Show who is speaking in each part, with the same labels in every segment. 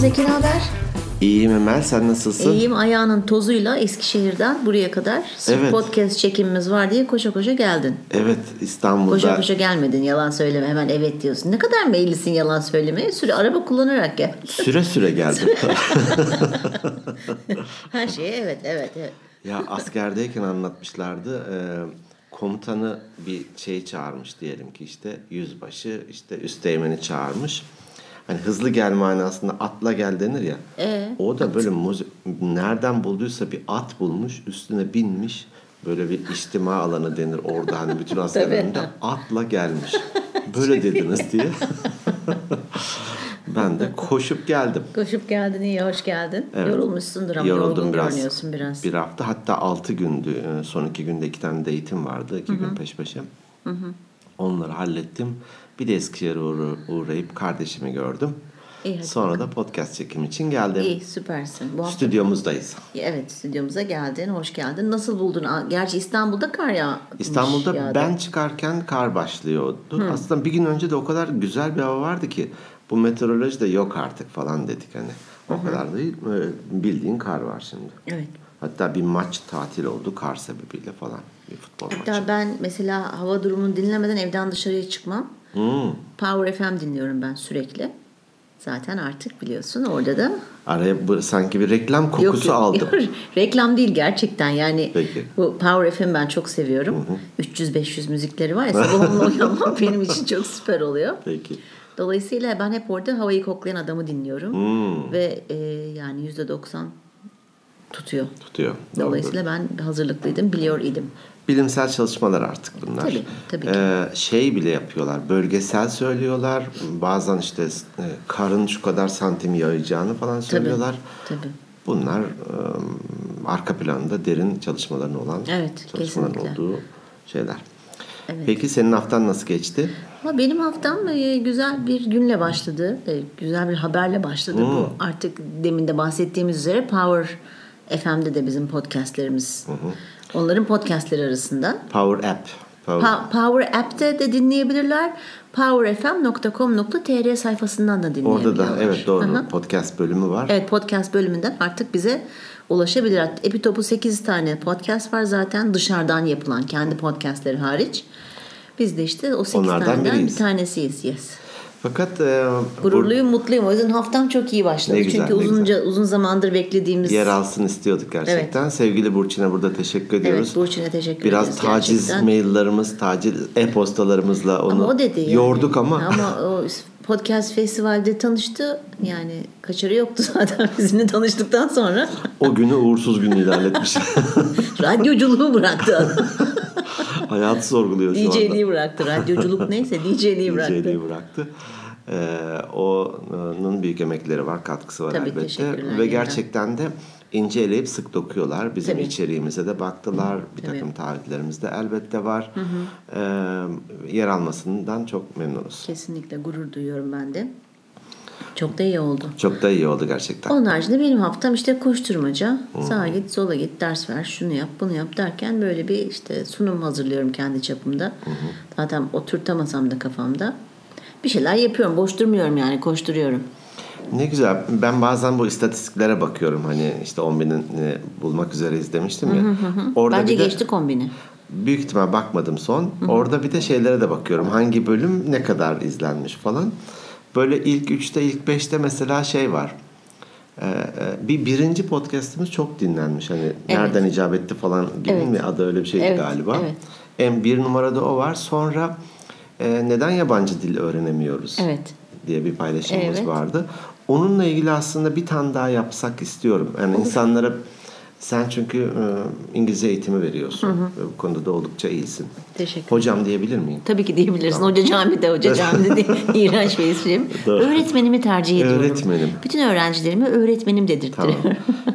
Speaker 1: Zeki ne haber?
Speaker 2: İyiyim Emel sen nasılsın?
Speaker 3: İyiyim ayağının tozuyla Eskişehir'den buraya kadar
Speaker 2: Evet.
Speaker 3: podcast çekimimiz var diye koşa koşa geldin.
Speaker 2: Evet İstanbul'da.
Speaker 3: Koşa koşa gelmedin yalan söyleme hemen evet diyorsun. Ne kadar meyillisin yalan söylemeye süre araba kullanarak gel.
Speaker 2: Süre süre geldim.
Speaker 3: Her şeye evet evet evet.
Speaker 2: ya askerdeyken anlatmışlardı. e, komutanı bir şey çağırmış diyelim ki işte yüzbaşı işte üsteğmeni çağırmış. Hani hızlı gel manasında atla gel denir ya.
Speaker 3: Ee?
Speaker 2: o da böyle muze- nereden bulduysa bir at bulmuş üstüne binmiş. Böyle bir içtima alanı denir orada hani bütün askerlerinde atla gelmiş. Böyle dediniz diye. ben de koşup geldim.
Speaker 3: Koşup geldin iyi hoş geldin.
Speaker 2: Evet.
Speaker 3: Yorulmuşsundur ama yorgun görünüyorsun biraz.
Speaker 2: Bir hafta hatta 6 gündü. Ee, Son iki günde iki tane de eğitim vardı. iki gün peş peşe. Onları hallettim. Bir de Eskişehir'e uğra- uğrayıp kardeşimi gördüm.
Speaker 3: İyi, hadi
Speaker 2: Sonra da podcast çekim için geldim.
Speaker 3: İyi süpersin. Bu hafta
Speaker 2: Stüdyomuzdayız.
Speaker 3: evet stüdyomuza geldin hoş geldin. Nasıl buldun? Aa, Gerçi İstanbul'da kar yağmış.
Speaker 2: İstanbul'da
Speaker 3: ya da-
Speaker 2: ben çıkarken kar başlıyordu. Aslında bir gün önce de o kadar güzel bir hava vardı ki bu meteoroloji de yok artık falan dedik hani. O kadar değil. Ee, Bildiğin kar var şimdi.
Speaker 3: Evet.
Speaker 2: Hatta bir maç tatil oldu kar sebebiyle falan. Bir futbol maçı.
Speaker 3: Hatta ben mesela hava durumunu dinlemeden evden dışarıya çıkmam.
Speaker 2: Hmm.
Speaker 3: Power FM dinliyorum ben sürekli. Zaten artık biliyorsun orada da
Speaker 2: Araya bu- sanki bir reklam kokusu
Speaker 3: Yok, yok.
Speaker 2: aldım.
Speaker 3: Reklam değil gerçekten yani
Speaker 2: Peki.
Speaker 3: bu Power FM ben çok seviyorum. 300-500 müzikleri var ya sabah onunla uyanmam benim için çok süper oluyor.
Speaker 2: Peki.
Speaker 3: Dolayısıyla ben hep orada havayı koklayan adamı dinliyorum.
Speaker 2: Hmm.
Speaker 3: Ve e, yani %90 tutuyor.
Speaker 2: Tutuyor.
Speaker 3: Dolayısıyla ben hazırlıklıydım, biliyor idim.
Speaker 2: Bilimsel çalışmalar artık bunlar.
Speaker 3: Tabii, tabii ki.
Speaker 2: Ee, şey bile yapıyorlar. Bölgesel söylüyorlar. Bazen işte e, karın şu kadar santim yayacağını falan söylüyorlar.
Speaker 3: Tabii.
Speaker 2: Bunlar e, arka planda derin çalışmaların olan
Speaker 3: Evet,
Speaker 2: çalışmaların
Speaker 3: kesinlikle.
Speaker 2: olduğu şeyler. Peki senin haftan nasıl geçti?
Speaker 3: Ama benim haftam e, güzel bir günle başladı. E, Güzel bir haberle başladı
Speaker 2: Hmm.
Speaker 3: bu. Artık demin de bahsettiğimiz üzere Power FM'de de bizim podcastlerimiz. Onların podcastleri arasında.
Speaker 2: Power App. Power-
Speaker 3: Pa- Power App'te de dinleyebilirler. powerfm.com.tr sayfasından da
Speaker 2: Orada
Speaker 3: dinleyebilirler.
Speaker 2: da evet doğru
Speaker 3: Aha.
Speaker 2: podcast bölümü var.
Speaker 3: Evet podcast bölümünden artık bize ulaşabilir. Hatta Epitop'u 8 tane podcast var zaten dışarıdan yapılan kendi podcastleri hariç. Biz de işte o 8
Speaker 2: Onlardan
Speaker 3: taneden
Speaker 2: biriyiz.
Speaker 3: bir tanesiyiz. Yes.
Speaker 2: Fakat e, bu-
Speaker 3: Gururluyum, mutluyum. O yüzden haftam çok iyi başladı.
Speaker 2: Ne güzel,
Speaker 3: Çünkü
Speaker 2: ne güzel.
Speaker 3: uzunca uzun zamandır beklediğimiz
Speaker 2: yer alsın istiyorduk gerçekten. Sevgili Burçin'e burada teşekkür ediyoruz.
Speaker 3: Burçin'e teşekkür
Speaker 2: Biraz
Speaker 3: ederiz
Speaker 2: taciz
Speaker 3: gerçekten.
Speaker 2: maillerimiz, taciz e-postalarımızla onu
Speaker 3: ama o dedi yani.
Speaker 2: yorduk ama,
Speaker 3: ama o podcast festivalde tanıştı. Yani kaçarı yoktu zaten bizimle tanıştıktan sonra.
Speaker 2: o günü uğursuz gün ilan etmiş.
Speaker 3: Radyoculuğu bıraktı adam.
Speaker 2: Hayatı sorguluyor şu anda.
Speaker 3: DJ'liği bıraktı. Radyoculuk neyse DJ'liği bıraktı.
Speaker 2: DJ'liği bıraktı. Ee, onun büyük emekleri var, katkısı var
Speaker 3: Tabii,
Speaker 2: elbette.
Speaker 3: teşekkürler
Speaker 2: Ve
Speaker 3: yeniden.
Speaker 2: gerçekten de ince eleyip sık dokuyorlar. Bizim
Speaker 3: Tabii.
Speaker 2: içeriğimize de baktılar. Bir takım taahhütlerimiz de elbette var. Ee, yer almasından çok memnunuz.
Speaker 3: Kesinlikle gurur duyuyorum ben de. Çok da iyi oldu.
Speaker 2: Çok da iyi oldu gerçekten.
Speaker 3: Onun haricinde benim haftam işte koşturmaca. Sağa git, sola git, ders ver, şunu yap, bunu yap derken böyle bir işte sunum hazırlıyorum kendi çapımda. Zaten oturtamasam da kafamda. Bir şeyler yapıyorum. Boş durmuyorum yani koşturuyorum.
Speaker 2: Ne güzel. Ben bazen bu istatistiklere bakıyorum. Hani işte 10 bulmak üzereyiz demiştim ya. Orada
Speaker 3: Bence
Speaker 2: bir de-
Speaker 3: geçti kombini.
Speaker 2: Büyük ihtimal bakmadım son. Orada bir de şeylere de bakıyorum. Hangi bölüm ne kadar izlenmiş falan. Böyle ilk 3'te ilk 5'te mesela şey var. Ee, e, bir birinci podcast'imiz çok dinlenmiş. Hani nereden icap etti falan gibi mi adı öyle bir şeydi
Speaker 3: Evet,
Speaker 2: galiba.
Speaker 3: evet.
Speaker 2: En bir numarada o var. Sonra e, neden yabancı dil öğrenemiyoruz?
Speaker 3: Evet.
Speaker 2: diye bir paylaşımımız
Speaker 3: Evet.
Speaker 2: vardı. Onunla ilgili aslında bir tane daha yapsak istiyorum. Yani insanlara sen çünkü e, İngilizce eğitimi veriyorsun. Ve Bu konuda da oldukça iyisin.
Speaker 3: Teşekkür
Speaker 2: Hocam diyebilir miyim?
Speaker 3: Tabii ki diyebilirsin. Hoca camide, hoca camide diye iğrenç bir isim. Öğretmenimi tercih ediyorum.
Speaker 2: Öğretmenim.
Speaker 3: Bütün öğrencilerime öğretmenim
Speaker 2: Tamam.
Speaker 3: dedirtiyorum.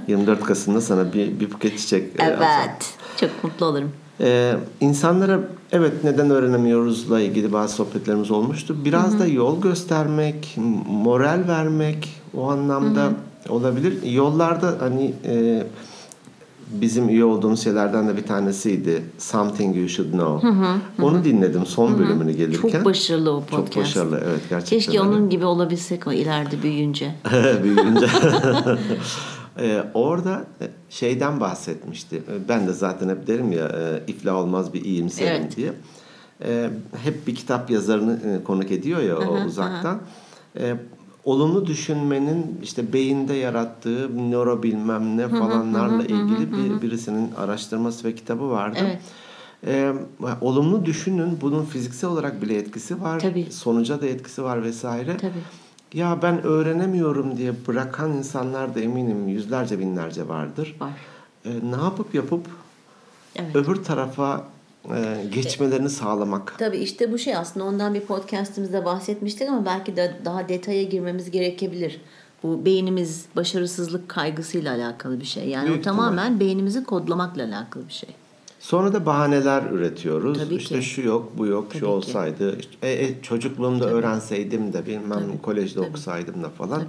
Speaker 2: 24 Kasım'da sana bir, bir buket çiçek e, alsam.
Speaker 3: evet. Çok mutlu olurum.
Speaker 2: Ee, insanlara evet neden öğrenemiyoruzla ilgili bazı sohbetlerimiz olmuştu. Biraz da yol göstermek, m- moral vermek o anlamda olabilir. Yollarda hani e, bizim üye olduğumuz şeylerden de bir tanesiydi. Something You Should Know. Onu dinledim son bölümünü gelirken.
Speaker 3: Çok başarılı o podcast.
Speaker 2: Çok başarılı evet gerçekten.
Speaker 3: Keşke
Speaker 2: öyle.
Speaker 3: onun gibi olabilsek o ileride büyüyünce.
Speaker 2: büyüyünce. Ee, orada şeyden bahsetmişti. Ee, Ben de zaten hep derim ya e, iflah olmaz bir iyimserim
Speaker 3: Evet.
Speaker 2: diye. Ee, hep bir kitap yazarını e, konuk ediyor ya o uzaktan. Ee, olumlu düşünmenin işte beyinde yarattığı nöro bilmem ne falanlarla ilgili bir, birisinin araştırması ve kitabı vardı.
Speaker 3: Evet.
Speaker 2: Ee, olumlu düşünün bunun fiziksel olarak bile etkisi var.
Speaker 3: Tabii.
Speaker 2: Sonuca da etkisi var vesaire.
Speaker 3: Tabii.
Speaker 2: Ya ben öğrenemiyorum diye bırakan insanlar da eminim yüzlerce binlerce vardır.
Speaker 3: Var.
Speaker 2: E, ne yapıp yapıp
Speaker 3: Evet.
Speaker 2: öbür tarafa e, geçmelerini sağlamak.
Speaker 3: Tabii işte bu şey aslında ondan bir podcastimizde bahsetmiştik ama belki de daha detaya girmemiz gerekebilir. Bu beynimiz başarısızlık kaygısıyla alakalı bir şey. Yani
Speaker 2: Büyük
Speaker 3: o tamamen beynimizi kodlamakla alakalı bir şey.
Speaker 2: Sonra da bahaneler üretiyoruz.
Speaker 3: Tabii
Speaker 2: işte
Speaker 3: ki.
Speaker 2: şu yok, bu yok, şu
Speaker 3: ki.
Speaker 2: olsaydı. işte, e, e, çocukluğumda öğrenseydim de bilmem kolejde okusaydım da falan.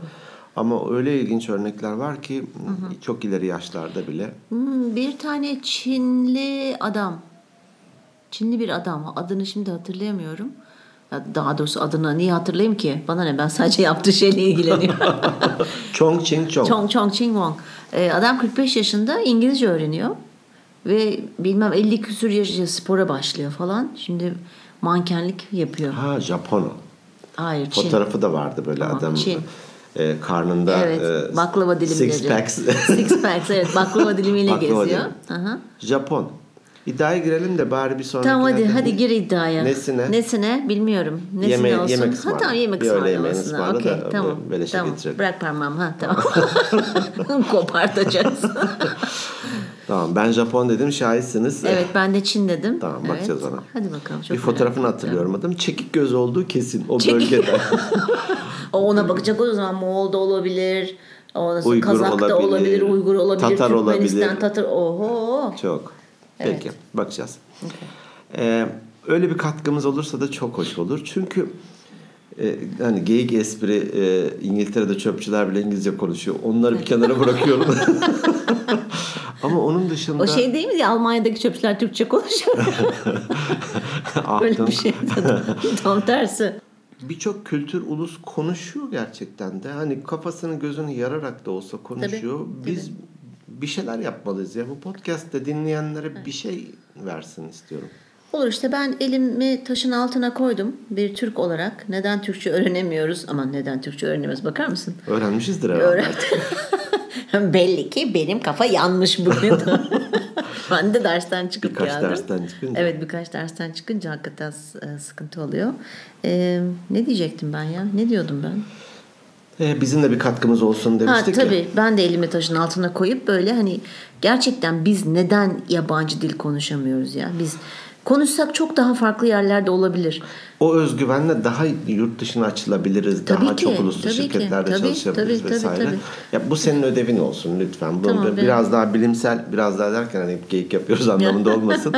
Speaker 2: Ama öyle ilginç örnekler var ki çok ileri yaşlarda bile.
Speaker 3: Hmm, bir tane Çinli adam. Çinli bir adam. Adını şimdi hatırlayamıyorum. Ya Daha doğrusu adını niye hatırlayayım ki? Bana ne ben sadece yaptığı şeyle ilgileniyorum.
Speaker 2: Chong Ching Chong.
Speaker 3: Chong Chong Ching Wong. Ee, adam 45 yaşında İngilizce öğreniyor. Ve bilmem 50 küsür yaşında spora başlıyor falan. Şimdi mankenlik yapıyor.
Speaker 2: Ha Japon o.
Speaker 3: Hayır Çin.
Speaker 2: Fotoğrafı da vardı böyle
Speaker 3: Tamam,
Speaker 2: adam
Speaker 3: Çin.
Speaker 2: e, karnında
Speaker 3: Evet
Speaker 2: e,
Speaker 3: baklava dilimiyle.
Speaker 2: six packs
Speaker 3: Six packs evet baklava dilimiyle
Speaker 2: Baklava
Speaker 3: geziyor.
Speaker 2: dilimi.
Speaker 3: Aha.
Speaker 2: Japon. İddiaya girelim de bari bir sonraki.
Speaker 3: Tamam hadi hadi gir iddiaya.
Speaker 2: Nesine?
Speaker 3: Nesine bilmiyorum. Nesine
Speaker 2: Yeme-
Speaker 3: olsun.
Speaker 2: yemek
Speaker 3: ha,
Speaker 2: ısmarla.
Speaker 3: tamam yemek
Speaker 2: Bir öğle
Speaker 3: ısmarla.
Speaker 2: yemeğini
Speaker 3: olsun.
Speaker 2: ısmarla da
Speaker 3: Okey,
Speaker 2: böyle
Speaker 3: tamam.
Speaker 2: beleşe
Speaker 3: tamam.
Speaker 2: getirelim.
Speaker 3: Bırak parmağımı ha tamam. Kopartacaksın.
Speaker 2: Tamam ben Japon dedim şahitsiniz.
Speaker 3: evet ben de Çin dedim.
Speaker 2: Tamam,
Speaker 3: evet.
Speaker 2: bakacağız ona.
Speaker 3: Hadi bakalım. Çok
Speaker 2: bir fotoğrafını hatırlıyorum adam. Çekik göz olduğu kesin o
Speaker 3: Çekik-
Speaker 2: bölgede.
Speaker 3: merak- O ona bakacak o zaman Moğol da olabilir. Ondan sonra
Speaker 2: Uygur
Speaker 3: Kazak da
Speaker 2: olabilir,
Speaker 3: olabilir, Uygur olabilir,
Speaker 2: Tatar
Speaker 3: Türkmenistan,
Speaker 2: olabilir.
Speaker 3: Tatar. Oho.
Speaker 2: Çok. Peki bakacağız. Ee, öyle bir katkımız olursa da çok hoş olur. Çünkü e, hani geyik espri e, İngiltere'de çöpçüler bile İngilizce konuşuyor. Onları bir kenara bırakıyorum. Ama onun dışında
Speaker 3: O şey değil mi ya Almanya'daki çöpçüler Türkçe konuşuyor. Böyle
Speaker 2: aklım-
Speaker 3: bir şey. Tam tersi.
Speaker 2: birçok kültür ulus konuşuyor gerçekten de. Hani kafasını gözünü yararak da olsa konuşuyor. Biz bir şeyler yapmalıyız ya. Bu podcast'te dinleyenlere bir şey versin istiyorum.
Speaker 3: Olur işte ben elimi taşın altına koydum bir Türk olarak. Neden Türkçe öğrenemiyoruz? Aman neden Türkçe öğrenemiyoruz bakar mısın?
Speaker 2: Öğrenmişizdir herhalde.
Speaker 3: Öğren. Belli ki benim kafa yanmış bugün. ben de dersten çıkıp
Speaker 2: Birkaç
Speaker 3: geldim.
Speaker 2: dersten çıkınca.
Speaker 3: Evet birkaç dersten çıkınca hakikaten s- e, sıkıntı oluyor. E, ne diyecektim ben ya? Ne diyordum ben?
Speaker 2: Ee, bizim de bir katkımız olsun
Speaker 3: Ha
Speaker 2: demiştik ya.
Speaker 3: tabii ben de elimi taşın altına koyup böyle hani gerçekten biz neden yabancı dil konuşamıyoruz ya? Biz konuşsak çok daha farklı yerlerde olabilir.
Speaker 2: O özgüvenle daha yurt dışına açılabiliriz.
Speaker 3: Tabii
Speaker 2: daha
Speaker 3: ki,
Speaker 2: çok uluslu
Speaker 3: tabii ki.
Speaker 2: şirketlerde
Speaker 3: Tabii,
Speaker 2: çalışabiliriz
Speaker 3: tabii, tabii,
Speaker 2: vesaire.
Speaker 3: tabii.
Speaker 2: Ya bu senin ödevin olsun lütfen. Bunu
Speaker 3: Tamam,
Speaker 2: da
Speaker 3: ben-
Speaker 2: biraz daha bilimsel, biraz daha derken hani hep geyik yapıyoruz anlamında olmasın.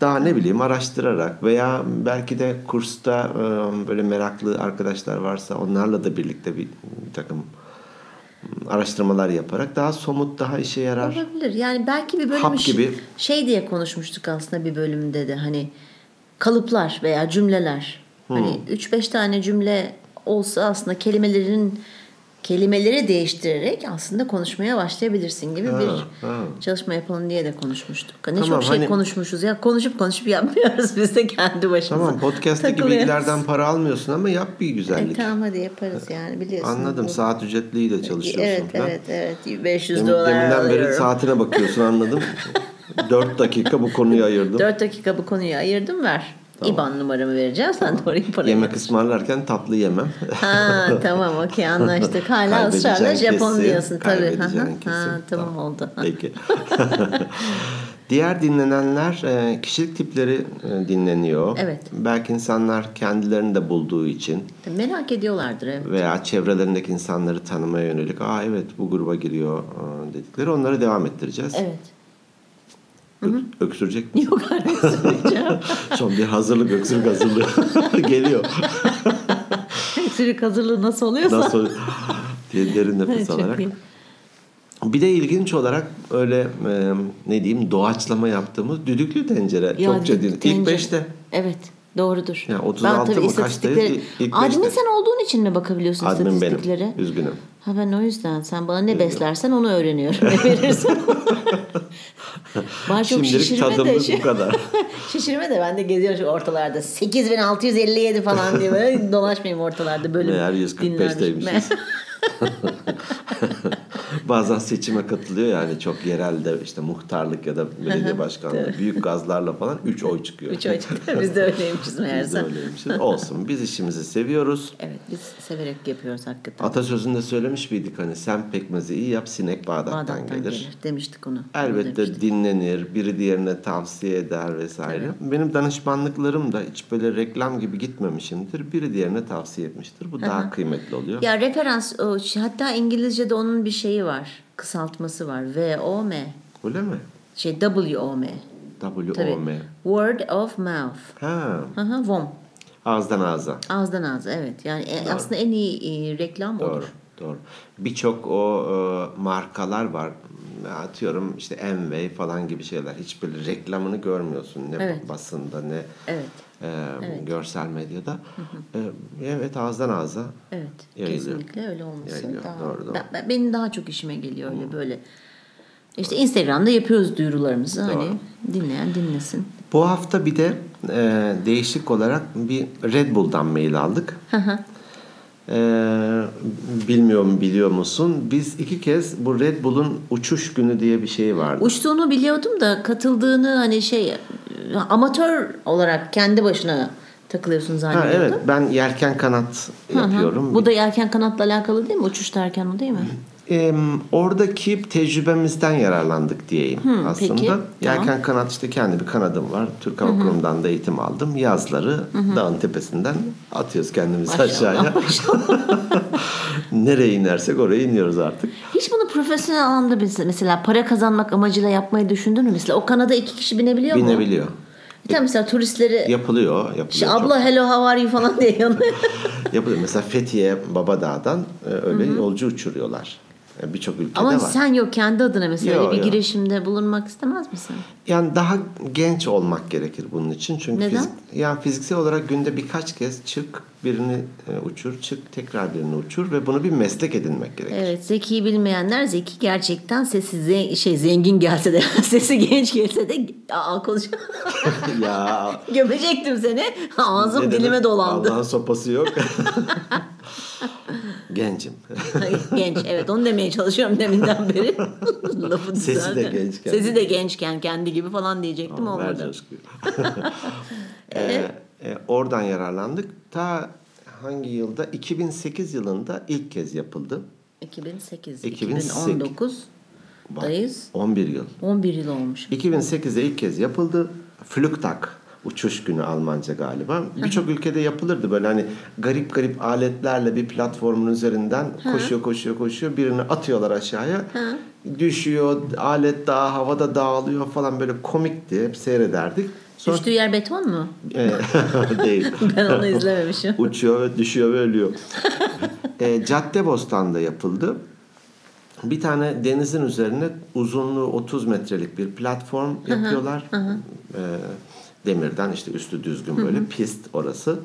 Speaker 2: daha ne bileyim araştırarak veya belki de kursta e, böyle meraklı arkadaşlar varsa onlarla da birlikte bir bir takım ıı, araştırmalar yaparak daha somut, daha işe yarar.
Speaker 3: Olabilir. Yani belki bir bölüm
Speaker 2: Hap
Speaker 3: işi-
Speaker 2: gibi.
Speaker 3: şey diye konuşmuştuk aslında bir bölümde de hani kalıplar veya cümleler. Hani
Speaker 2: Hmm.
Speaker 3: 3-5 tane cümle olsa aslında kelimelerin kelimeleri değiştirerek aslında konuşmaya başlayabilirsin gibi bir
Speaker 2: ha.
Speaker 3: çalışma yapalım diye de konuşmuştuk. Ne
Speaker 2: Tamam,
Speaker 3: çok şey
Speaker 2: hani-
Speaker 3: konuşmuşuz ya. Konuşup konuşup yapmıyoruz biz de kendi başımıza.
Speaker 2: Tamam podcast'teki
Speaker 3: takılıyoruz.
Speaker 2: bilgilerden para almıyorsun ama yap bir güzellik.
Speaker 3: E, tamam hadi yaparız yani biliyorsun.
Speaker 2: Anladım.
Speaker 3: bu-
Speaker 2: Saat ücretliyle çalışıyorsun
Speaker 3: Evet
Speaker 2: falan.
Speaker 3: evet evet 500
Speaker 2: Demin-
Speaker 3: dolar
Speaker 2: deminden beri
Speaker 3: alıyorum.
Speaker 2: saatine bakıyorsun anladım. 4 dakika bu konuyu ayırdım.
Speaker 3: 4 dakika bu konuyu ayırdım ver. IBAN numaramı vereceğim sen de oraya parayı.
Speaker 2: Yemek ısmarlarken tatlı yemem.
Speaker 3: Ha tamam okey anlaştık. Hala
Speaker 2: Kaybedeceğin
Speaker 3: ısrarla Japon
Speaker 2: kesin,
Speaker 3: diyorsun tabii. Ha,
Speaker 2: kaybedeceğin
Speaker 3: ha, ha,
Speaker 2: kesin.
Speaker 3: tamam oldu. Ha.
Speaker 2: Peki. Diğer dinlenenler e, kişilik tipleri e, dinleniyor.
Speaker 3: Evet.
Speaker 2: Belki insanlar kendilerini de bulduğu için
Speaker 3: Merak ediyorlardır evet.
Speaker 2: veya çevrelerindeki insanları tanımaya yönelik aa evet bu gruba giriyor e, dedikleri onları devam ettireceğiz.
Speaker 3: Evet.
Speaker 2: Ö- öksürecek mi?
Speaker 3: Yok artık söyleyeceğim.
Speaker 2: Son bir hazırlık öksürük hazırlığı geliyor.
Speaker 3: Sürük hazırlığı nasıl oluyorsa.
Speaker 2: Nasıl diye derin nefes
Speaker 3: Çok
Speaker 2: alarak.
Speaker 3: iyi.
Speaker 2: Bir de ilginç olarak öyle e, ne diyeyim doğaçlama yaptığımız düdüklü tencere
Speaker 3: Ya
Speaker 2: çokça
Speaker 3: dedik,
Speaker 2: değil. İlk
Speaker 3: tencere.
Speaker 2: 5'te.
Speaker 3: Evet. Doğrudur.
Speaker 2: Ya 36 mı, kaçtayız? İlk- ilk
Speaker 3: Admin
Speaker 2: beşte.
Speaker 3: sen olduğun için mi bakabiliyorsun
Speaker 2: Admin benim.
Speaker 3: istatistiklere?
Speaker 2: Üzgünüm.
Speaker 3: Ha ben o yüzden sen bana ne beslersen onu öğreniyorum. Ne verirsen. Bana çok
Speaker 2: Şimdilik
Speaker 3: şişirme de.
Speaker 2: tadımız
Speaker 3: Şey,
Speaker 2: bu kadar.
Speaker 3: şişirme de ben de geziyorum şu ortalarda. 8657 falan diye böyle dolaşmayayım ortalarda bölüm.
Speaker 2: Meğer
Speaker 3: dinlermiş.
Speaker 2: 145'teymişiz. Bazen seçime katılıyor yani çok yerelde işte muhtarlık ya da belediye başkanlığı büyük gazlarla falan 3 oy çıkıyor.
Speaker 3: Üç ay çıktı. Biz de öyleymişiz
Speaker 2: Biz de
Speaker 3: meğerse.
Speaker 2: öyleymişiz. Olsun biz işimizi seviyoruz.
Speaker 3: Evet biz severek yapıyoruz hakikaten.
Speaker 2: Atasözünde söylemiş miydik hani sen pekmezi iyi yap sinek Bağdat'tan,
Speaker 3: Bağdat'tan
Speaker 2: gelir.
Speaker 3: gelir. Demiştik onu. Onu
Speaker 2: Elbette
Speaker 3: demiştik.
Speaker 2: dinlenir, biri diğerine tavsiye eder vesaire. Benim danışmanlıklarım da hiç böyle reklam gibi gitmemişimdir. Biri diğerine tavsiye etmiştir. Bu daha kıymetli oluyor.
Speaker 3: Ya referans o, şey, hatta İngilizce'de onun bir şeyi var. Kısaltması var. VOM.
Speaker 2: Öyle mi?
Speaker 3: Şey WOM. Tabii.
Speaker 2: WOM.
Speaker 3: Word of mouth.
Speaker 2: Ha,
Speaker 3: Hı hı, VOM.
Speaker 2: ağızdan ağza.
Speaker 3: Ağızdan ağza evet. Yani e, aslında en iyi e, reklam
Speaker 2: Doğru.
Speaker 3: odur.
Speaker 2: Doğru. Birçok o e, markalar var. Atıyorum işte Enway falan gibi şeyler. Hiç böyle reklamını görmüyorsun. Ne
Speaker 3: Evet.
Speaker 2: basında ne
Speaker 3: Evet.
Speaker 2: e, görsel medyada. E, evet ağızdan ağza.
Speaker 3: Evet.
Speaker 2: Yayılıyor.
Speaker 3: Kesinlikle öyle olması
Speaker 2: Yayılıyor,
Speaker 3: daha.
Speaker 2: doğru, doğru.
Speaker 3: Ben- ben- benim daha çok işime geliyor öyle böyle. İşte Instagram'da yapıyoruz duyurularımızı. Hani dinleyen dinlesin.
Speaker 2: Bu hafta bir de e, değişik olarak bir Red Bull'dan mail aldık. E, bilmiyorum biliyor musun? Biz iki kez bu Red Bull'un uçuş günü diye bir şey vardı.
Speaker 3: Uçtuğunu biliyordum da katıldığını hani şey amatör olarak kendi başına takılıyorsun
Speaker 2: Ha,
Speaker 3: zannediyordum.
Speaker 2: evet ben yelken kanat
Speaker 3: Hı hı.
Speaker 2: yapıyorum.
Speaker 3: Bu da yelken kanatla alakalı değil mi? Uçuş derken o değil mi?
Speaker 2: E, oradaki tecrübemizden yararlandık diyeyim aslında.
Speaker 3: peki,
Speaker 2: Yelken kanat işte kendi bir kanadım var. Türk Hava Kurumu'ndan da eğitim aldım. Yazları dağın tepesinden atıyoruz kendimizi
Speaker 3: Maşallah,
Speaker 2: aşağıya. Nereye inersek oraya iniyoruz artık.
Speaker 3: Hiç bunu profesyonel anlamda biz- mesela para kazanmak amacıyla yapmayı düşündün mü? Mesela o kanada iki kişi binebiliyor mu?
Speaker 2: Binebiliyor.
Speaker 3: Tamam mesela turistleri
Speaker 2: Yapılıyor, yapılıyor.
Speaker 3: işte
Speaker 2: çok.
Speaker 3: E, şey, abla hello how are you falan diye yanıyor.
Speaker 2: Yapılıyor. Mesela Fethiye Babadağ'dan e, öyle yolcu uçuruyorlar. E, Birçok ülkede
Speaker 3: Ama
Speaker 2: var.
Speaker 3: sen yok kendi adına mesela
Speaker 2: Yo,
Speaker 3: öyle bir
Speaker 2: yo.
Speaker 3: girişimde bulunmak istemez misin?
Speaker 2: Yani daha genç olmak gerekir bunun için. Çünkü
Speaker 3: Neden?
Speaker 2: fizik- yani fiziksel olarak günde birkaç kez çık, birini e, uçur, çık, tekrar birini uçur ve bunu bir meslek edinmek gerekir.
Speaker 3: Evet zeki bilmeyenler zeki gerçekten sesi ze- şey zengin gelse de sesi genç gelse de aa konuş
Speaker 2: ya
Speaker 3: gömecektim seni ağzım
Speaker 2: ne demek?
Speaker 3: dilime dolandı.
Speaker 2: Allah'ın sopası yok. Gencim.
Speaker 3: genç evet onu demeye çalışıyorum deminden beri. Lafı
Speaker 2: Sesi de
Speaker 3: düzeldi.
Speaker 2: gençken.
Speaker 3: Sesi de gençken kendi gibi falan diyecektim
Speaker 2: Ver
Speaker 3: olmadı.
Speaker 2: coşkuyu. Ee, e, oradan yararlandık. Ta hangi yılda? 2008 yılında ilk kez yapıldı.
Speaker 3: 2008,
Speaker 2: 2008.
Speaker 3: 2019
Speaker 2: Bak,
Speaker 3: dayız.
Speaker 2: 11 yıl.
Speaker 3: 11 yıl olmuş.
Speaker 2: 2008'de ilk kez yapıldı. Flugtag uçuş günü Almanca galiba. Birçok ülkede yapılırdı böyle hani garip garip aletlerle bir platformun üzerinden koşuyor koşuyor koşuyor birini atıyorlar aşağıya. Düşüyor, alet daha havada dağılıyor falan böyle komikti. Hep seyrederdik. Sonra
Speaker 3: Düştüğü yer beton mu?
Speaker 2: Ee, değil.
Speaker 3: Ben onu izlememişim.
Speaker 2: Uçuyor ve düşüyor ve ölüyor. e, Caddebostan'da yapıldı. Bir tane denizin üzerine uzunluğu 30 metrelik bir platform yapıyorlar. E, demirden işte üstü düzgün böyle pist orası.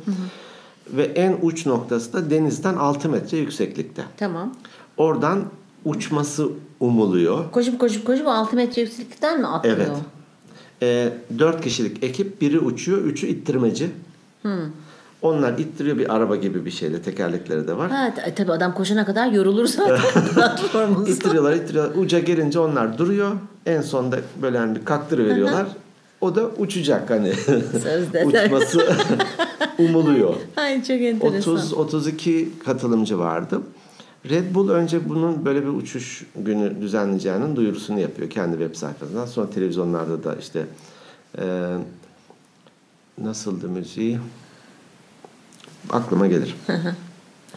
Speaker 2: ve en uç noktası da denizden 6 metre yükseklikte.
Speaker 3: Tamam.
Speaker 2: Oradan uçması umuluyor.
Speaker 3: Koşup koşup koşup 6 metre yükseklikten mi atlıyor?
Speaker 2: Evet. E, 4 kişilik ekip biri uçuyor, üçü ittirmeci. Onlar ittiriyor bir araba gibi bir şeyle tekerlekleri de var.
Speaker 3: Ha t- e, tabii adam koşana kadar yorulur zaten platformun.
Speaker 2: İttiriyorlar, ittiriyorlar. Uca gelince onlar duruyor. En sonda böyle hani kaktırı veriyorlar. O da uçacak hani.
Speaker 3: Sözde.
Speaker 2: Uçması umuluyor.
Speaker 3: Ay çok enteresan.
Speaker 2: 30 32 katılımcı vardı. Red Bull önce bunun böyle bir uçuş günü düzenleyeceğinin duyurusunu yapıyor kendi web sayfasından. Sonra televizyonlarda da işte e, nasıldı müziği aklıma gelir.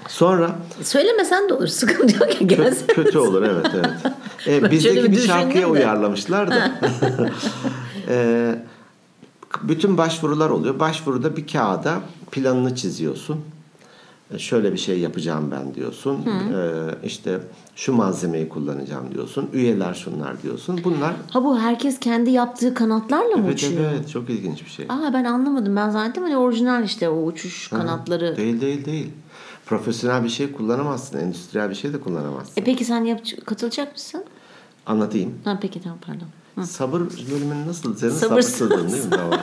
Speaker 2: Sonra
Speaker 3: Söylemesen de olur sıkıntı yok ki gelsin.
Speaker 2: Kötü, kötü olur evet evet. Ee,
Speaker 3: Ben şöyle
Speaker 2: bizdeki
Speaker 3: bir
Speaker 2: bir şarkıya
Speaker 3: düşündüm de.
Speaker 2: uyarlamışlar da. Ee, bütün başvurular oluyor. Başvuruda bir kağıda planını çiziyorsun. E, Şöyle bir şey yapacağım ben diyorsun. E, işte şu malzemeyi kullanacağım diyorsun. Üyeler şunlar diyorsun. Bunlar
Speaker 3: Ha bu herkes kendi yaptığı kanatlarla mı
Speaker 2: evet,
Speaker 3: uçuyor?
Speaker 2: evet çok ilginç bir şey.
Speaker 3: Aa ben anlamadım. Ben zannettim hani orijinal işte o uçuş kanatları.
Speaker 2: Değil değil değil. Profesyonel bir şey kullanamazsın. Endüstriyel bir şey de kullanamazsın.
Speaker 3: E peki sen yap- katılacak mısın?
Speaker 2: Anlatayım.
Speaker 3: Ha peki tamam pardon.
Speaker 2: Sabır bölümünü nasıl? Senin
Speaker 3: Sabırsız.
Speaker 2: sabırsızdın değil mi? Tamam.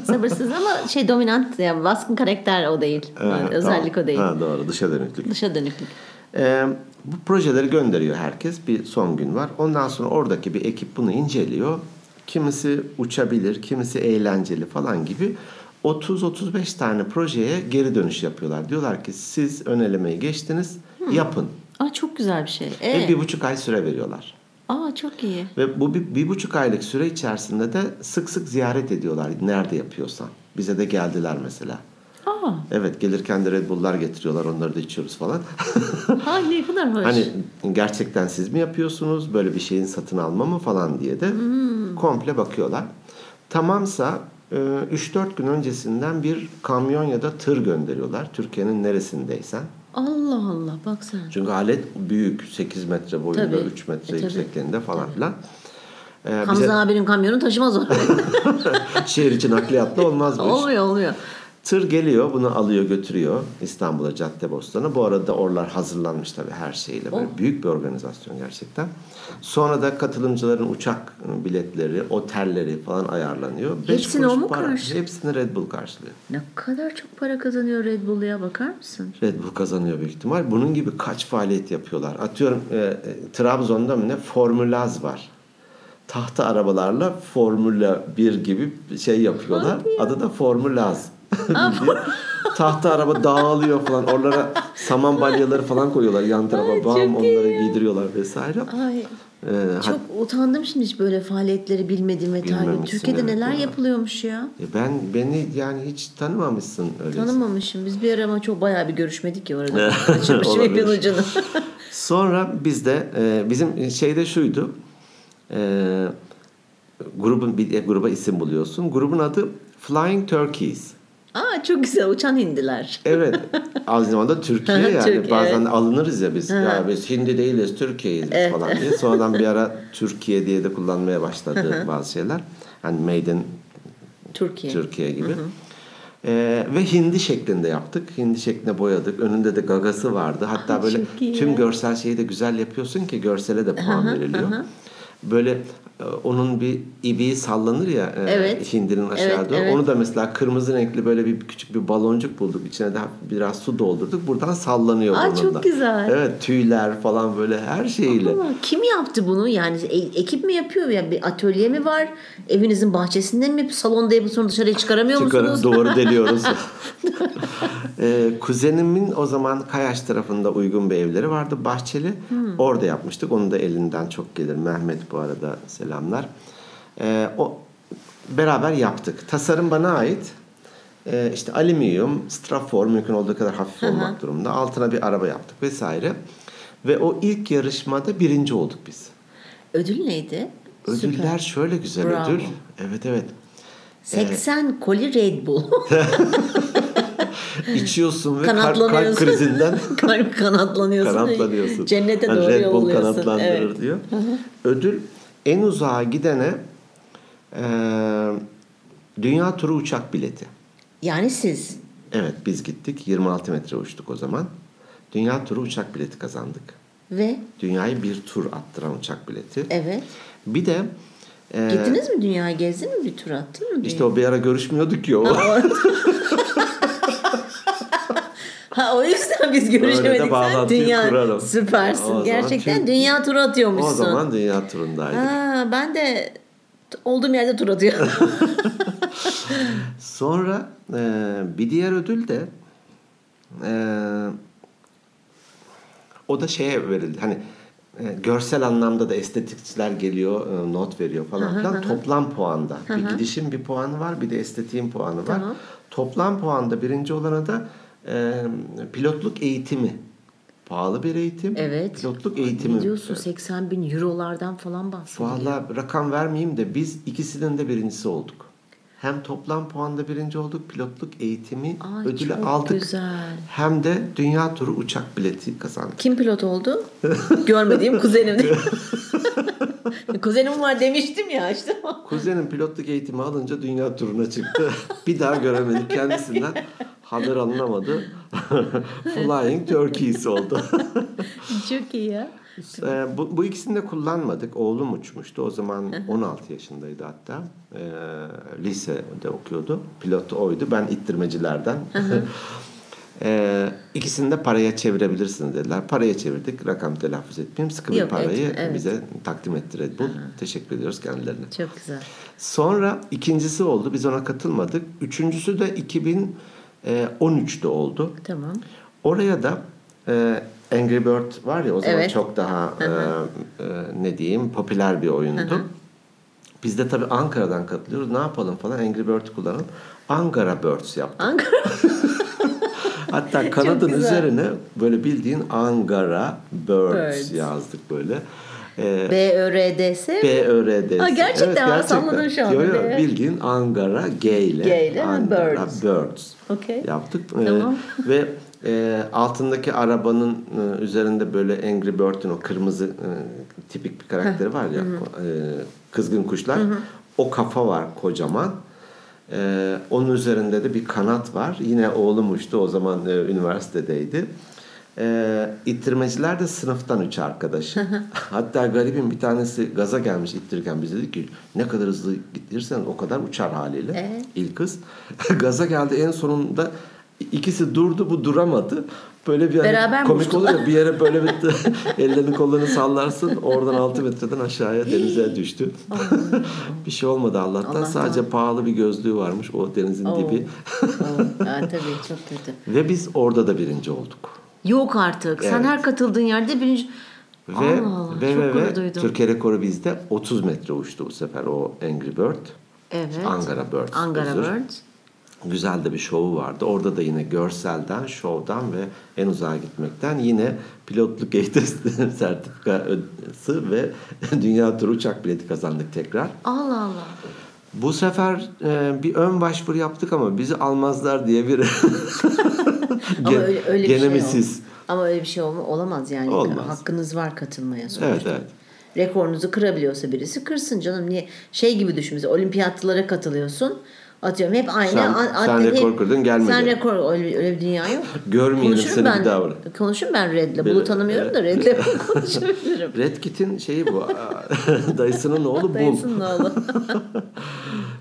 Speaker 3: Sabırsız ama şey dominant yani baskın karakter o değil.
Speaker 2: Ha,
Speaker 3: Yani özellik
Speaker 2: Ee, tamam.
Speaker 3: o değil.
Speaker 2: Ha, doğru dışa dönüklük.
Speaker 3: Dışa dönüklük.
Speaker 2: Ee, bu projeleri gönderiyor herkes. Bir son gün var. Ondan sonra oradaki bir ekip bunu inceliyor. Kimisi uçabilir, kimisi eğlenceli falan gibi 30-35 tane projeye geri dönüş yapıyorlar. Diyorlar ki siz ön elemeyi geçtiniz,
Speaker 3: Hmm.
Speaker 2: yapın.
Speaker 3: Aa çok güzel bir şey. E,
Speaker 2: Ve bir buçuk ay süre veriyorlar.
Speaker 3: Aa çok iyi.
Speaker 2: Ve bu bir, bir buçuk aylık süre içerisinde de sık sık ziyaret ediyorlar nerede yapıyorsan. Bize de geldiler mesela.
Speaker 3: Aa
Speaker 2: Evet gelirken de Red Bull'lar getiriyorlar onları da içiyoruz falan.
Speaker 3: ha ne kadar hoş.
Speaker 2: Hani gerçekten siz mi yapıyorsunuz böyle bir şeyin satın alma mı falan diye de
Speaker 3: Hmm.
Speaker 2: komple bakıyorlar. Tamamsa e, 3-4 gün öncesinden bir kamyon ya da tır gönderiyorlar Türkiye'nin neresindeysen.
Speaker 3: Allah Allah bak sen.
Speaker 2: Çünkü alet büyük 8 metre boyunda
Speaker 3: Tabii.
Speaker 2: 3 metre
Speaker 3: E, tabii.
Speaker 2: yüksekliğinde falan filan. E,
Speaker 3: Hamza
Speaker 2: bize
Speaker 3: abinin kamyonu taşımaz o.
Speaker 2: şehir için nakliyatla olmaz bu iş.
Speaker 3: olmuyor olmuyor.
Speaker 2: Tır geliyor bunu alıyor götürüyor İstanbul'a Caddebostan'a. Bu arada oralar hazırlanmış tabii her şeyle. Böyle
Speaker 3: Oh.
Speaker 2: büyük bir organizasyon gerçekten. Sonra da katılımcıların uçak biletleri, otelleri falan ayarlanıyor. Beş
Speaker 3: Hepsini o
Speaker 2: kuruş
Speaker 3: mu karşılıyor?
Speaker 2: Hepsini Red Bull karşılıyor.
Speaker 3: Ne kadar çok para kazanıyor Red Bull'ya bakar mısın?
Speaker 2: Red Bull kazanıyor büyük ihtimal. Bunun gibi kaç faaliyet yapıyorlar. Atıyorum e, e, Trabzon'da mı ne Formülaz var. Tahta arabalarla Formula 1 gibi bir şey yapıyorlar. Adı da Formülaz. Bildiğin tahta araba dağılıyor falan. Oralara saman balyaları falan koyuyorlar yan tarafa. Bam onlara giydiriyorlar vesaire.
Speaker 3: Ay
Speaker 2: Ee, ha-
Speaker 3: çok utandım şimdi hiç böyle faaliyetleri bilmediğim ve
Speaker 2: Bilmemişsin,
Speaker 3: takip. Türkiye'de
Speaker 2: evet
Speaker 3: neler
Speaker 2: ya.
Speaker 3: yapılıyormuş ya.
Speaker 2: e ben beni yani hiç tanımamışsın öyle.
Speaker 3: Tanımamışım. Biz bir ara ama çok bayağı bir görüşmedik ya orada. Kaçırmışım
Speaker 2: Olabilir.
Speaker 3: ipin ucunu.
Speaker 2: Sonra biz de e, bizim şeyde şuydu. E, grubun bir e, gruba isim buluyorsun. Grubun adı Flying Turkeys.
Speaker 3: Aa çok güzel uçan hindiler.
Speaker 2: Evet. Az zamanda Türkiye yani.
Speaker 3: Türkiye,
Speaker 2: Bazen
Speaker 3: evet.
Speaker 2: alınırız ya biz. Ya biz Hindi değiliz, Türkiye'yiz biz falan diye. Sonradan bir ara Türkiye diye de kullanmaya başladı bazı şeyler. Hani Made in
Speaker 3: Türkiye.
Speaker 2: Türkiye gibi. Ee, ve hindi şeklinde yaptık. Hindi şeklinde boyadık. Önünde de gagası vardı. Hatta
Speaker 3: Ay,
Speaker 2: böyle
Speaker 3: çok iyi
Speaker 2: tüm
Speaker 3: ya.
Speaker 2: görsel şeyi de güzel yapıyorsun ki görsele de puan veriliyor. Böyle e, onun bir ibiği sallanır ya e,
Speaker 3: Evet.
Speaker 2: hindinin aşağı
Speaker 3: Evet,
Speaker 2: doğru.
Speaker 3: evet.
Speaker 2: Onu da mesela kırmızı renkli böyle bir küçük bir baloncuk bulduk. İçine de biraz su doldurduk. Buradan sallanıyor
Speaker 3: Ay, çok
Speaker 2: burnunda.
Speaker 3: güzel.
Speaker 2: Evet tüyler falan böyle her şeyiyle.
Speaker 3: Ama kim yaptı bunu? Yani e- ekip mi yapıyor? Yani bir atölye mi var? Evinizin bahçesinde mi? Salonda yapıp sonra dışarıya çıkaramıyor
Speaker 2: Çıkarın
Speaker 3: musunuz?
Speaker 2: doğru deliyoruz. Ee, kuzenimin o zaman Kayaş tarafında uygun bir evleri vardı bahçeli.
Speaker 3: Hmm.
Speaker 2: Orada yapmıştık. Onu da elinden çok gelir. Mehmet bu arada selamlar. Ee, o beraber yaptık. Tasarım bana ait. Ee, işte alüminyum, strafor mümkün olduğu kadar hafif olmak durumunda. Altına bir araba yaptık vesaire. Ve o ilk yarışmada birinci olduk biz.
Speaker 3: Ödül neydi?
Speaker 2: Ödüller şöyle güzel
Speaker 3: Bravo.
Speaker 2: ödül. Evet evet.
Speaker 3: 80 koli Red Bull.
Speaker 2: İçiyorsun ve kalp, kalp
Speaker 3: Kanatlanıyorsun.
Speaker 2: krizinden
Speaker 3: Kalp kanatlanıyorsun.
Speaker 2: kanatlanıyorsun.
Speaker 3: Cennete
Speaker 2: Hani
Speaker 3: doğru
Speaker 2: Red Bull
Speaker 3: yolluyorsun.
Speaker 2: kanatlandırır
Speaker 3: Evet.
Speaker 2: diyor. Ödül en uzağa gidene e, dünya turu uçak bileti.
Speaker 3: Yani siz.
Speaker 2: Evet biz gittik 26 metre uçtuk o zaman. Dünya turu uçak bileti kazandık.
Speaker 3: Ve
Speaker 2: Dünyayı bir tur attıran uçak bileti.
Speaker 3: evet.
Speaker 2: Bir de e,
Speaker 3: Gittiniz mi dünyaya gezdin mi bir tur attın mı?
Speaker 2: işte o bir ara görüşmüyorduk ya. o-
Speaker 3: Ha o yüzden biz
Speaker 2: Öyle
Speaker 3: görüşemedik.
Speaker 2: de
Speaker 3: Sen
Speaker 2: bağlantıyı
Speaker 3: dünya
Speaker 2: kurarım.
Speaker 3: süpersin.
Speaker 2: O zaman
Speaker 3: Gerçekten
Speaker 2: tüm-
Speaker 3: dünya turu atıyormuşsun.
Speaker 2: o zaman dünya turundaydık.
Speaker 3: Ha, ben de t- olduğum yerde tur atıyorum.
Speaker 2: Sonra e, bir diğer ödül de e, o da şeye verildi. Hani e, görsel anlamda da estetikçiler geliyor, e, not veriyor falan filan. Toplam puanda. Bir gidişin bir puanı var, bir de estetiğin puanı var.
Speaker 3: Tamam.
Speaker 2: Toplam puanda birinci olana da e, pilotluk eğitimi. Pahalı bir eğitim.
Speaker 3: evet.
Speaker 2: Pilotluk
Speaker 3: Ay,
Speaker 2: eğitimi.
Speaker 3: Ne diyorsun 80 bin eurolardan falan bahsediyor.
Speaker 2: Valla rakam vermeyeyim de biz ikisinin de birincisi olduk. Hem toplam puanda birinci olduk, pilotluk eğitimi
Speaker 3: Ay,
Speaker 2: ödülü
Speaker 3: çok
Speaker 2: aldık.
Speaker 3: güzel.
Speaker 2: Hem de dünya turu uçak bileti kazandık.
Speaker 3: Kim pilot oldu? Görmediğim kuzenim. değil mi? kuzenim var demiştim ya işte.
Speaker 2: Kuzenim pilotluk eğitimi alınca dünya turuna çıktı. bir daha göremedik kendisinden. Haber alınamadı. Flying Turkeys oldu.
Speaker 3: Çok iyi ya.
Speaker 2: Ee, bu, bu ikisini de kullanmadık. Oğlum uçmuştu. O zaman 16 yaşındaydı hatta. Ee, lisede okuyordu. Pilot oydu. Ben ittirmecilerden. ee, ikisini de paraya çevirebilirsiniz dediler. Paraya çevirdik. Rakam telaffuz etmeyeyim. Sıkı bir
Speaker 3: Yok,
Speaker 2: parayı
Speaker 3: etme, evet.
Speaker 2: bize takdim etti Red Bull. Teşekkür ediyoruz kendilerine.
Speaker 3: Çok güzel.
Speaker 2: Sonra ikincisi oldu. Biz ona katılmadık. Üçüncüsü de 2013'te oldu.
Speaker 3: Tamam.
Speaker 2: Oraya da e, Angry Bird var ya o zaman
Speaker 3: Evet.
Speaker 2: çok daha e, e, ne diyeyim popüler bir oyundu. Biz de tabii Ankara'dan katılıyoruz. Ne yapalım falan Angry Bird kullanalım. Angara Birds yaptık.
Speaker 3: Ankara.
Speaker 2: Hatta kanadın
Speaker 3: güzel.
Speaker 2: üzerine böyle bildiğin Angara Birds,
Speaker 3: Birds.
Speaker 2: yazdık böyle. E,
Speaker 3: BÖRDS.
Speaker 2: BÖRD'si.
Speaker 3: Ha, gerçekten ha, salladım şu anda.
Speaker 2: Yo, yo,
Speaker 3: Evet.
Speaker 2: bildiğin Angara G ile.
Speaker 3: G ile, ha,
Speaker 2: Angara
Speaker 3: Birds.
Speaker 2: Birds.
Speaker 3: Okey.
Speaker 2: Yaptık.
Speaker 3: Tamam.
Speaker 2: Ee, ve e, altındaki arabanın e, üzerinde böyle Angry Bird'ün o kırmızı e, tipik bir karakteri var ya. e, kızgın kuşlar. O kafa var kocaman. E, onun üzerinde de bir kanat var. Yine oğlum uçtu. O zaman e, üniversitedeydi. E, ittirmeciler de sınıftan üç arkadaş. Hatta garibim bir tanesi gaza gelmiş ittirirken biz dedik ki ne kadar hızlı gittirirsen o kadar uçar haliyle.
Speaker 3: Ee?
Speaker 2: İlk kız. gaza geldi en sonunda ikisi durdu bu duramadı. Böyle bir hani
Speaker 3: Beraber mi
Speaker 2: komik
Speaker 3: uçtular?
Speaker 2: oluyor ya, bir yere böyle bir ellerini kollarını sallarsın oradan 6 metreden aşağıya denize düştü. bir şey olmadı Allah'tan.
Speaker 3: Allah'tan.
Speaker 2: sadece pahalı bir gözlüğü varmış o denizin
Speaker 3: Oo.
Speaker 2: dibi.
Speaker 3: Oo. Ha, tabii çok kötü.
Speaker 2: Ve biz orada da birinci olduk.
Speaker 3: Yok artık. Sen
Speaker 2: Evet.
Speaker 3: her katıldığın yerde birinci...
Speaker 2: Ve
Speaker 3: Allah Allah.
Speaker 2: ve
Speaker 3: çok
Speaker 2: ve,
Speaker 3: gurur
Speaker 2: ve
Speaker 3: duydum.
Speaker 2: Türkiye rekoru bizde 30 metre uçtu bu sefer o Angry Bird.
Speaker 3: evet.
Speaker 2: Angara Birds.
Speaker 3: Angara
Speaker 2: özür.
Speaker 3: Bird.
Speaker 2: Güzel de bir şovu vardı. Orada da yine görselden, şovdan ve en uzağa gitmekten yine pilotluk eğitim sertifikası ve dünya turu uçak bileti kazandık tekrar.
Speaker 3: Allah Allah.
Speaker 2: Bu sefer e, bir ön başvuru yaptık ama bizi almazlar diye bir
Speaker 3: Ama
Speaker 2: Gen-
Speaker 3: öyle, öyle bir
Speaker 2: gene
Speaker 3: şey
Speaker 2: mi
Speaker 3: olmaz.
Speaker 2: siz?
Speaker 3: Ama öyle bir şey olma, olamaz yani.
Speaker 2: Olmaz.
Speaker 3: Hakkınız var katılmaya sonuçta.
Speaker 2: Evet evet.
Speaker 3: Rekorunuzu kırabiliyorsa birisi kırsın canım. Niye şey gibi düşün mesela olimpiyatlara katılıyorsun. Atıyorum hep aynı.
Speaker 2: Sen-
Speaker 3: a-
Speaker 2: sen
Speaker 3: atlet
Speaker 2: rekor
Speaker 3: hep-
Speaker 2: kırdın, gelmedi.
Speaker 3: Sen rekor öyle, öyle bir dünya yok.
Speaker 2: Görmeyelim seni bir
Speaker 3: ben,
Speaker 2: daha burada.
Speaker 3: Konuşurum ben Red'le.
Speaker 2: Bir-
Speaker 3: Bunu tanımıyorum da Red'le konuşabilirim.
Speaker 2: Red Kit'in şeyi bu. Dayısının oğlu Bul.
Speaker 3: Dayısının oğlu.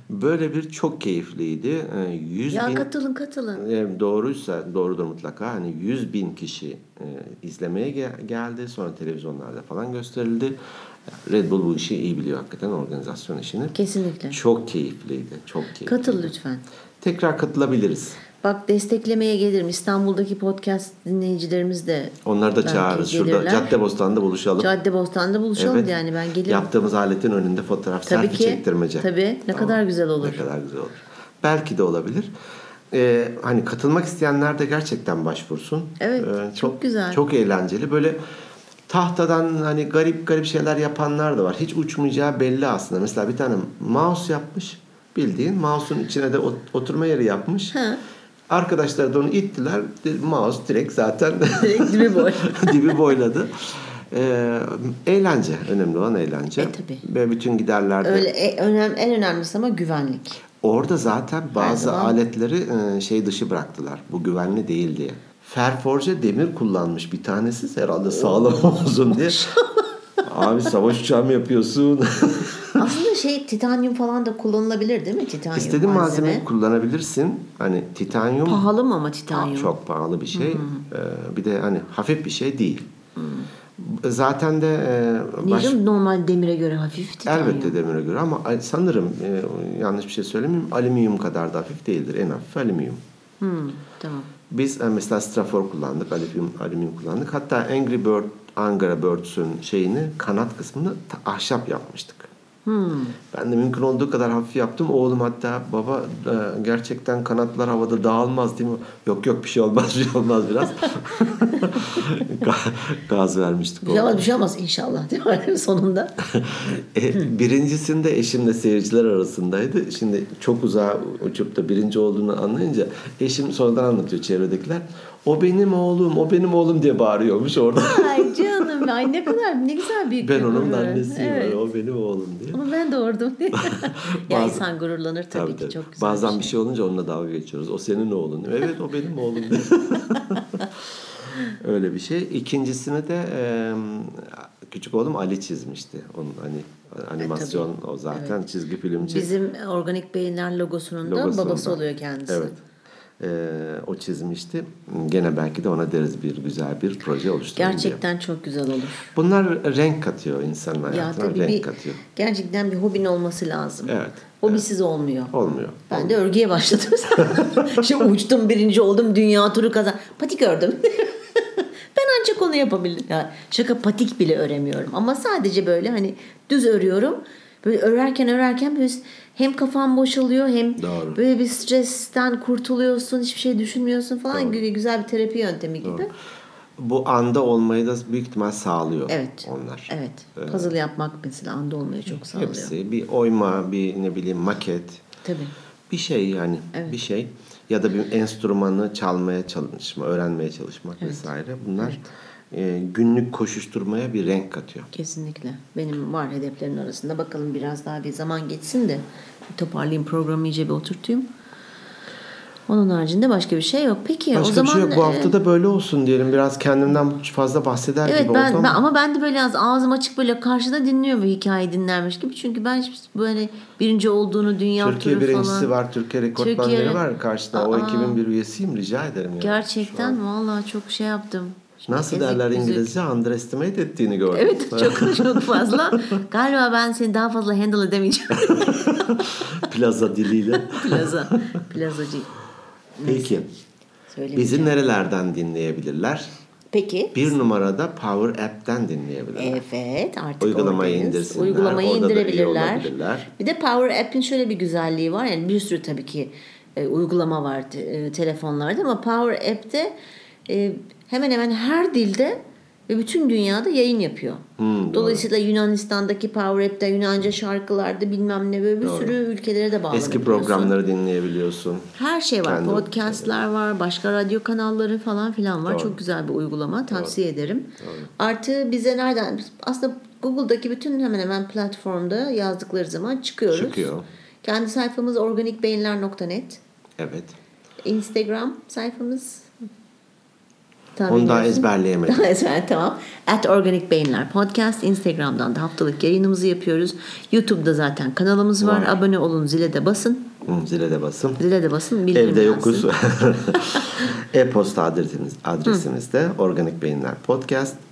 Speaker 2: Böyle bir çok keyifliydi. E, 100
Speaker 3: ya
Speaker 2: bin
Speaker 3: katılın katılın.
Speaker 2: E, doğruysa doğrudur mutlaka hani 100 bin kişi e, izlemeye ge- geldi sonra televizyonlarda falan gösterildi. Red Bull bu işi iyi biliyor hakikaten organizasyon işini.
Speaker 3: Kesinlikle.
Speaker 2: Çok keyifliydi çok keyifliydi.
Speaker 3: Katıl lütfen.
Speaker 2: Tekrar katılabiliriz.
Speaker 3: Bak desteklemeye gelirim. İstanbul'daki podcast dinleyicilerimiz de
Speaker 2: Onları da
Speaker 3: belki
Speaker 2: çağırırız şurada
Speaker 3: gelirler.
Speaker 2: Caddebostan'da buluşalım.
Speaker 3: Caddebostan'da buluşalım yani ben gelirim.
Speaker 2: Yaptığımız aletin önünde fotoğraf
Speaker 3: Tabii
Speaker 2: selfie
Speaker 3: ki.
Speaker 2: çektirmece.
Speaker 3: Tabii. Ne kadar güzel olur.
Speaker 2: Ne kadar güzel olur. Belki de olabilir. Ee, hani katılmak isteyenler de gerçekten başvursun. Ee,
Speaker 3: Evet, çok güzel.
Speaker 2: Çok eğlenceli. Böyle tahtadan hani garip garip şeyler yapanlar da var. Hiç uçmayacağı belli aslında. Mesela bir tane mouse yapmış. Bildiğin mouse'un içine de ot- oturma yeri yapmış.
Speaker 3: Ha.
Speaker 2: Arkadaşlar da onu ittiler. Mouse direkt zaten
Speaker 3: Direkt dibi boy.
Speaker 2: dibi boyladı. Ee, eğlence. Önemli olan eğlence.
Speaker 3: E, tabii.
Speaker 2: Ve bütün giderlerde.
Speaker 3: Öyle e, önem, en önemlisi ama güvenlik.
Speaker 2: Orada zaten bazı
Speaker 3: zaman.
Speaker 2: aletleri e, şey dışı bıraktılar. Bu güvenli değil diye. Ferforje demir kullanmış bir tanesi herhalde sağlam olsun diye. Abi savaş uçağı mı yapıyorsun?
Speaker 3: Aslında şey titanyum falan da kullanılabilir değil mi? Titanyum
Speaker 2: İstediğin
Speaker 3: malzeme.
Speaker 2: malzemeyi kullanabilirsin. Hani titanyum
Speaker 3: Pahalı mı ama titanyum?
Speaker 2: Çok pahalı bir şey. Ee, bir de hani hafif bir şey değil. Zaten de e, baş-
Speaker 3: Niye canım? normal demire göre hafif titanyum?
Speaker 2: Elbette demire göre ama a- sanırım e, yanlış bir şey söylemeyeyim alüminyum kadar da hafif değildir. En hafif alüminyum.
Speaker 3: Hmm, tamam.
Speaker 2: Biz e, mesela strafor kullandık, alüminyum, alüminyum kullandık. Hatta Angry Bird, Angara Birds'ün şeyini, kanat kısmını ta- ahşap yapmıştık.
Speaker 3: Hmm.
Speaker 2: Ben de mümkün olduğu kadar hafif yaptım. Oğlum hatta baba e, gerçekten kanatlar havada dağılmaz değil mi? Yok yok bir şey olmaz bir şey olmaz biraz. Ga- Gaz vermiştik.
Speaker 3: Bir şey
Speaker 2: oğlum.
Speaker 3: olmaz, bir şey olmaz inşallah değil mi? sonunda.
Speaker 2: E, birincisinde eşimle seyirciler arasındaydı. Şimdi çok uzağa uçup da birinci olduğunu anlayınca eşim sonradan anlatıyor çevredekiler. O benim oğlum, o benim oğlum diye bağırıyormuş orada.
Speaker 3: Ay canım ay ne kadar ne güzel büyük
Speaker 2: ben
Speaker 3: bir
Speaker 2: onun
Speaker 3: gurur.
Speaker 2: annesiyim,
Speaker 3: Evet.
Speaker 2: o benim oğlum diye.
Speaker 3: Ama ben doğurdum. ya
Speaker 2: Bazen-
Speaker 3: insan gururlanır tabii,
Speaker 2: Tabii,
Speaker 3: ki
Speaker 2: tabii.
Speaker 3: çok güzel.
Speaker 2: Bazen bir şey olunca onunla dalga geçiyoruz. O senin oğlun. diyor. Evet o benim oğlum. diyor. Öyle bir şey. İkincisini de e, küçük oğlum Ali çizmişti. Onun hani animasyon o zaten çizgi film çizgi.
Speaker 3: E, Bizim Organik Beyinler logosunun da
Speaker 2: Logosunda.
Speaker 3: babası oluyor kendisi.
Speaker 2: Evet. Ee, o çizmişti. Gene belki de ona deriz bir güzel bir proje oluşturun diye.
Speaker 3: Gerçekten çok güzel olur.
Speaker 2: Bunlar renk katıyor insanın
Speaker 3: Ya
Speaker 2: hayatına.
Speaker 3: tabii
Speaker 2: renk
Speaker 3: bir,
Speaker 2: katıyor.
Speaker 3: gerçekten bir hobin olması lazım.
Speaker 2: Evet.
Speaker 3: Hobisiz olmuyor.
Speaker 2: Olmuyor.
Speaker 3: Ben de örgüye başladım. Şimdi uçtum birinci oldum dünya turu kazan. Patik ördüm. ben ancak onu yapabilirim. Ya şaka patik bile öremiyorum. Ama sadece böyle hani düz örüyorum. Böyle örerken örerken böyle hem kafam boşalıyor hem
Speaker 2: Doğru.
Speaker 3: böyle bir stresten kurtuluyorsun. Hiçbir şey düşünmüyorsun falan. gibi Güzel bir terapi yöntemi gibi.
Speaker 2: Bu anda olmayı da büyük ihtimal sağlıyor
Speaker 3: Evet.
Speaker 2: onlar. Ee,
Speaker 3: Evet. Puzzle yapmak mesela anda olmuyor çok sağlıyor.
Speaker 2: Hepsi bir oyma, bir ne bileyim maket,
Speaker 3: Tabii.
Speaker 2: bir şey yani bir şey ya da bir enstrümanı çalmaya çalışma, öğrenmeye çalışmak vesaire. Bunlar e, günlük koşuşturmaya bir renk katıyor.
Speaker 3: Kesinlikle. Benim var hedeflerin arasında. Bakalım biraz daha bir zaman geçsin de bir toparlayayım programı iyice bir oturtayım. Onun haricinde başka bir şey yok. Peki
Speaker 2: Başka
Speaker 3: o zaman
Speaker 2: bir şey yok. Bu
Speaker 3: e,
Speaker 2: hafta da böyle olsun diyelim. Biraz kendimden fazla bahseder
Speaker 3: Evet
Speaker 2: gibi
Speaker 3: ben,
Speaker 2: oldu
Speaker 3: ben-
Speaker 2: ama.
Speaker 3: ama ben de böyle az ağzım açık böyle karşıda dinliyorum ve hikaye dinlermiş gibi. Çünkü ben hiç böyle birinci olduğunu dünya
Speaker 2: Türkiye
Speaker 3: turu
Speaker 2: birincisi
Speaker 3: falan.
Speaker 2: var. Türkiye rekortmenleri
Speaker 3: Türkiye-
Speaker 2: var karşıda. o ekibin bir üyesiyim. Rica ederim. Yani. Şu an
Speaker 3: Gerçekten vallahi çok şey yaptım. Şimdi
Speaker 2: Nasıl
Speaker 3: ezik
Speaker 2: derler
Speaker 3: büzük.
Speaker 2: İngilizce? Underestimate ettiğini gördüm.
Speaker 3: Evet çok çok fazla. Galiba ben seni daha fazla handle edemeyeceğim.
Speaker 2: Plaza diliyle.
Speaker 3: Plaza. Plazacı.
Speaker 2: Peki.
Speaker 3: Söyle.
Speaker 2: Bizi nerelerden dinleyebilirler?
Speaker 3: Peki.
Speaker 2: Bir numarada Power App'ten
Speaker 3: E,
Speaker 2: dinleyebilirler.
Speaker 3: Evet artık
Speaker 2: Uygulamayı
Speaker 3: oradayız.
Speaker 2: indirsinler.
Speaker 3: Uygulamayı
Speaker 2: Orada da üye
Speaker 3: indirebilirler.
Speaker 2: olabilirler.
Speaker 3: Bir de Power App'in şöyle bir güzelliği var. Yani bir sürü tabii ki e, uygulama var te- e, telefonlarda ama Power App'te e, hemen hemen her dilde ve bütün dünyada yayın yapıyor.
Speaker 2: Hmm,
Speaker 3: Dolayısıyla Yunanistan'daki Power App'te Yunanca şarkılarda bilmem ne böyle bir sürü ülkelere de bağlanabiliyorsun.
Speaker 2: Eski programları dinleyebiliyorsun.
Speaker 3: Her şey var.
Speaker 2: Kendi-
Speaker 3: Podcast'lar var, başka radyo kanalları falan filan var. Çok güzel bir uygulama. Tavsiye ederim. Artı bize nereden aslında Google'daki bütün hemen hemen platformda yazdıkları zaman çıkıyoruz.
Speaker 2: Çıkıyor.
Speaker 3: Kendi sayfamız organikbeyinler.net.
Speaker 2: Evet.
Speaker 3: Instagram sayfamız Tahmin
Speaker 2: Onu daha
Speaker 3: ediyorsun.
Speaker 2: ezberleyemedim.
Speaker 3: Evet, tamam. At Organik Beyinler Podcast. Instagram'dan da haftalık yayınımızı yapıyoruz. YouTube'da zaten kanalımız var.
Speaker 2: Var.
Speaker 3: Abone olun, zile de basın.
Speaker 2: Hı, Zile de basın.
Speaker 3: Zile de basın. bildirim
Speaker 2: Evde
Speaker 3: yansın.
Speaker 2: yokuz. E-posta adresimiz, adresimiz de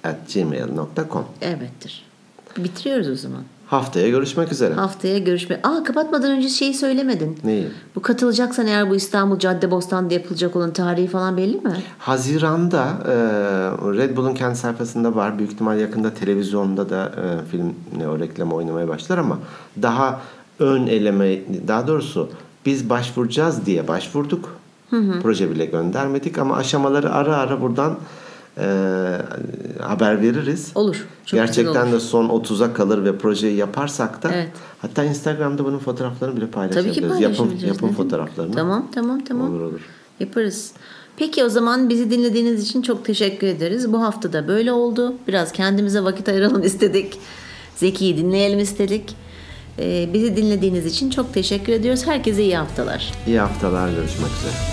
Speaker 2: organikbeyinlerpodcast.gmail.com
Speaker 3: Evettir. Bitiriyoruz o zaman.
Speaker 2: Haftaya görüşmek üzere.
Speaker 3: Haftaya görüşme. Aa kapatmadan önce şeyi söylemedin.
Speaker 2: Neyi?
Speaker 3: Bu katılacaksan eğer bu İstanbul Caddebostan'da yapılacak olan tarihi falan belli mi?
Speaker 2: Haziran'da e, Red Bull'un kendi sayfasında var. Büyük ihtimal yakında televizyonda da e, film ne o reklam oynamaya başlar ama daha ön eleme daha doğrusu biz başvuracağız diye başvurduk. Proje bile göndermedik ama aşamaları ara ara buradan e, haber veririz.
Speaker 3: Olur. Çok güzel
Speaker 2: Gerçekten
Speaker 3: olur.
Speaker 2: de son 30'a kalır ve projeyi yaparsak da
Speaker 3: Evet.
Speaker 2: hatta Instagram'da bunun fotoğraflarını bile
Speaker 3: Tabii
Speaker 2: paylaşabiliriz.
Speaker 3: ki
Speaker 2: yapım,
Speaker 3: paylaşabiliriz.
Speaker 2: yapım
Speaker 3: ne demek.
Speaker 2: fotoğraflarını.
Speaker 3: Tamam tamam tamam.
Speaker 2: Olur olur.
Speaker 3: Yaparız. Peki o zaman bizi dinlediğiniz için çok teşekkür ederiz. Bu hafta da böyle oldu. Biraz kendimize vakit ayıralım istedik. Zeki'yi dinleyelim istedik. Ee, bizi dinlediğiniz için çok teşekkür ediyoruz. Herkese iyi haftalar.
Speaker 2: İyi haftalar görüşmek üzere.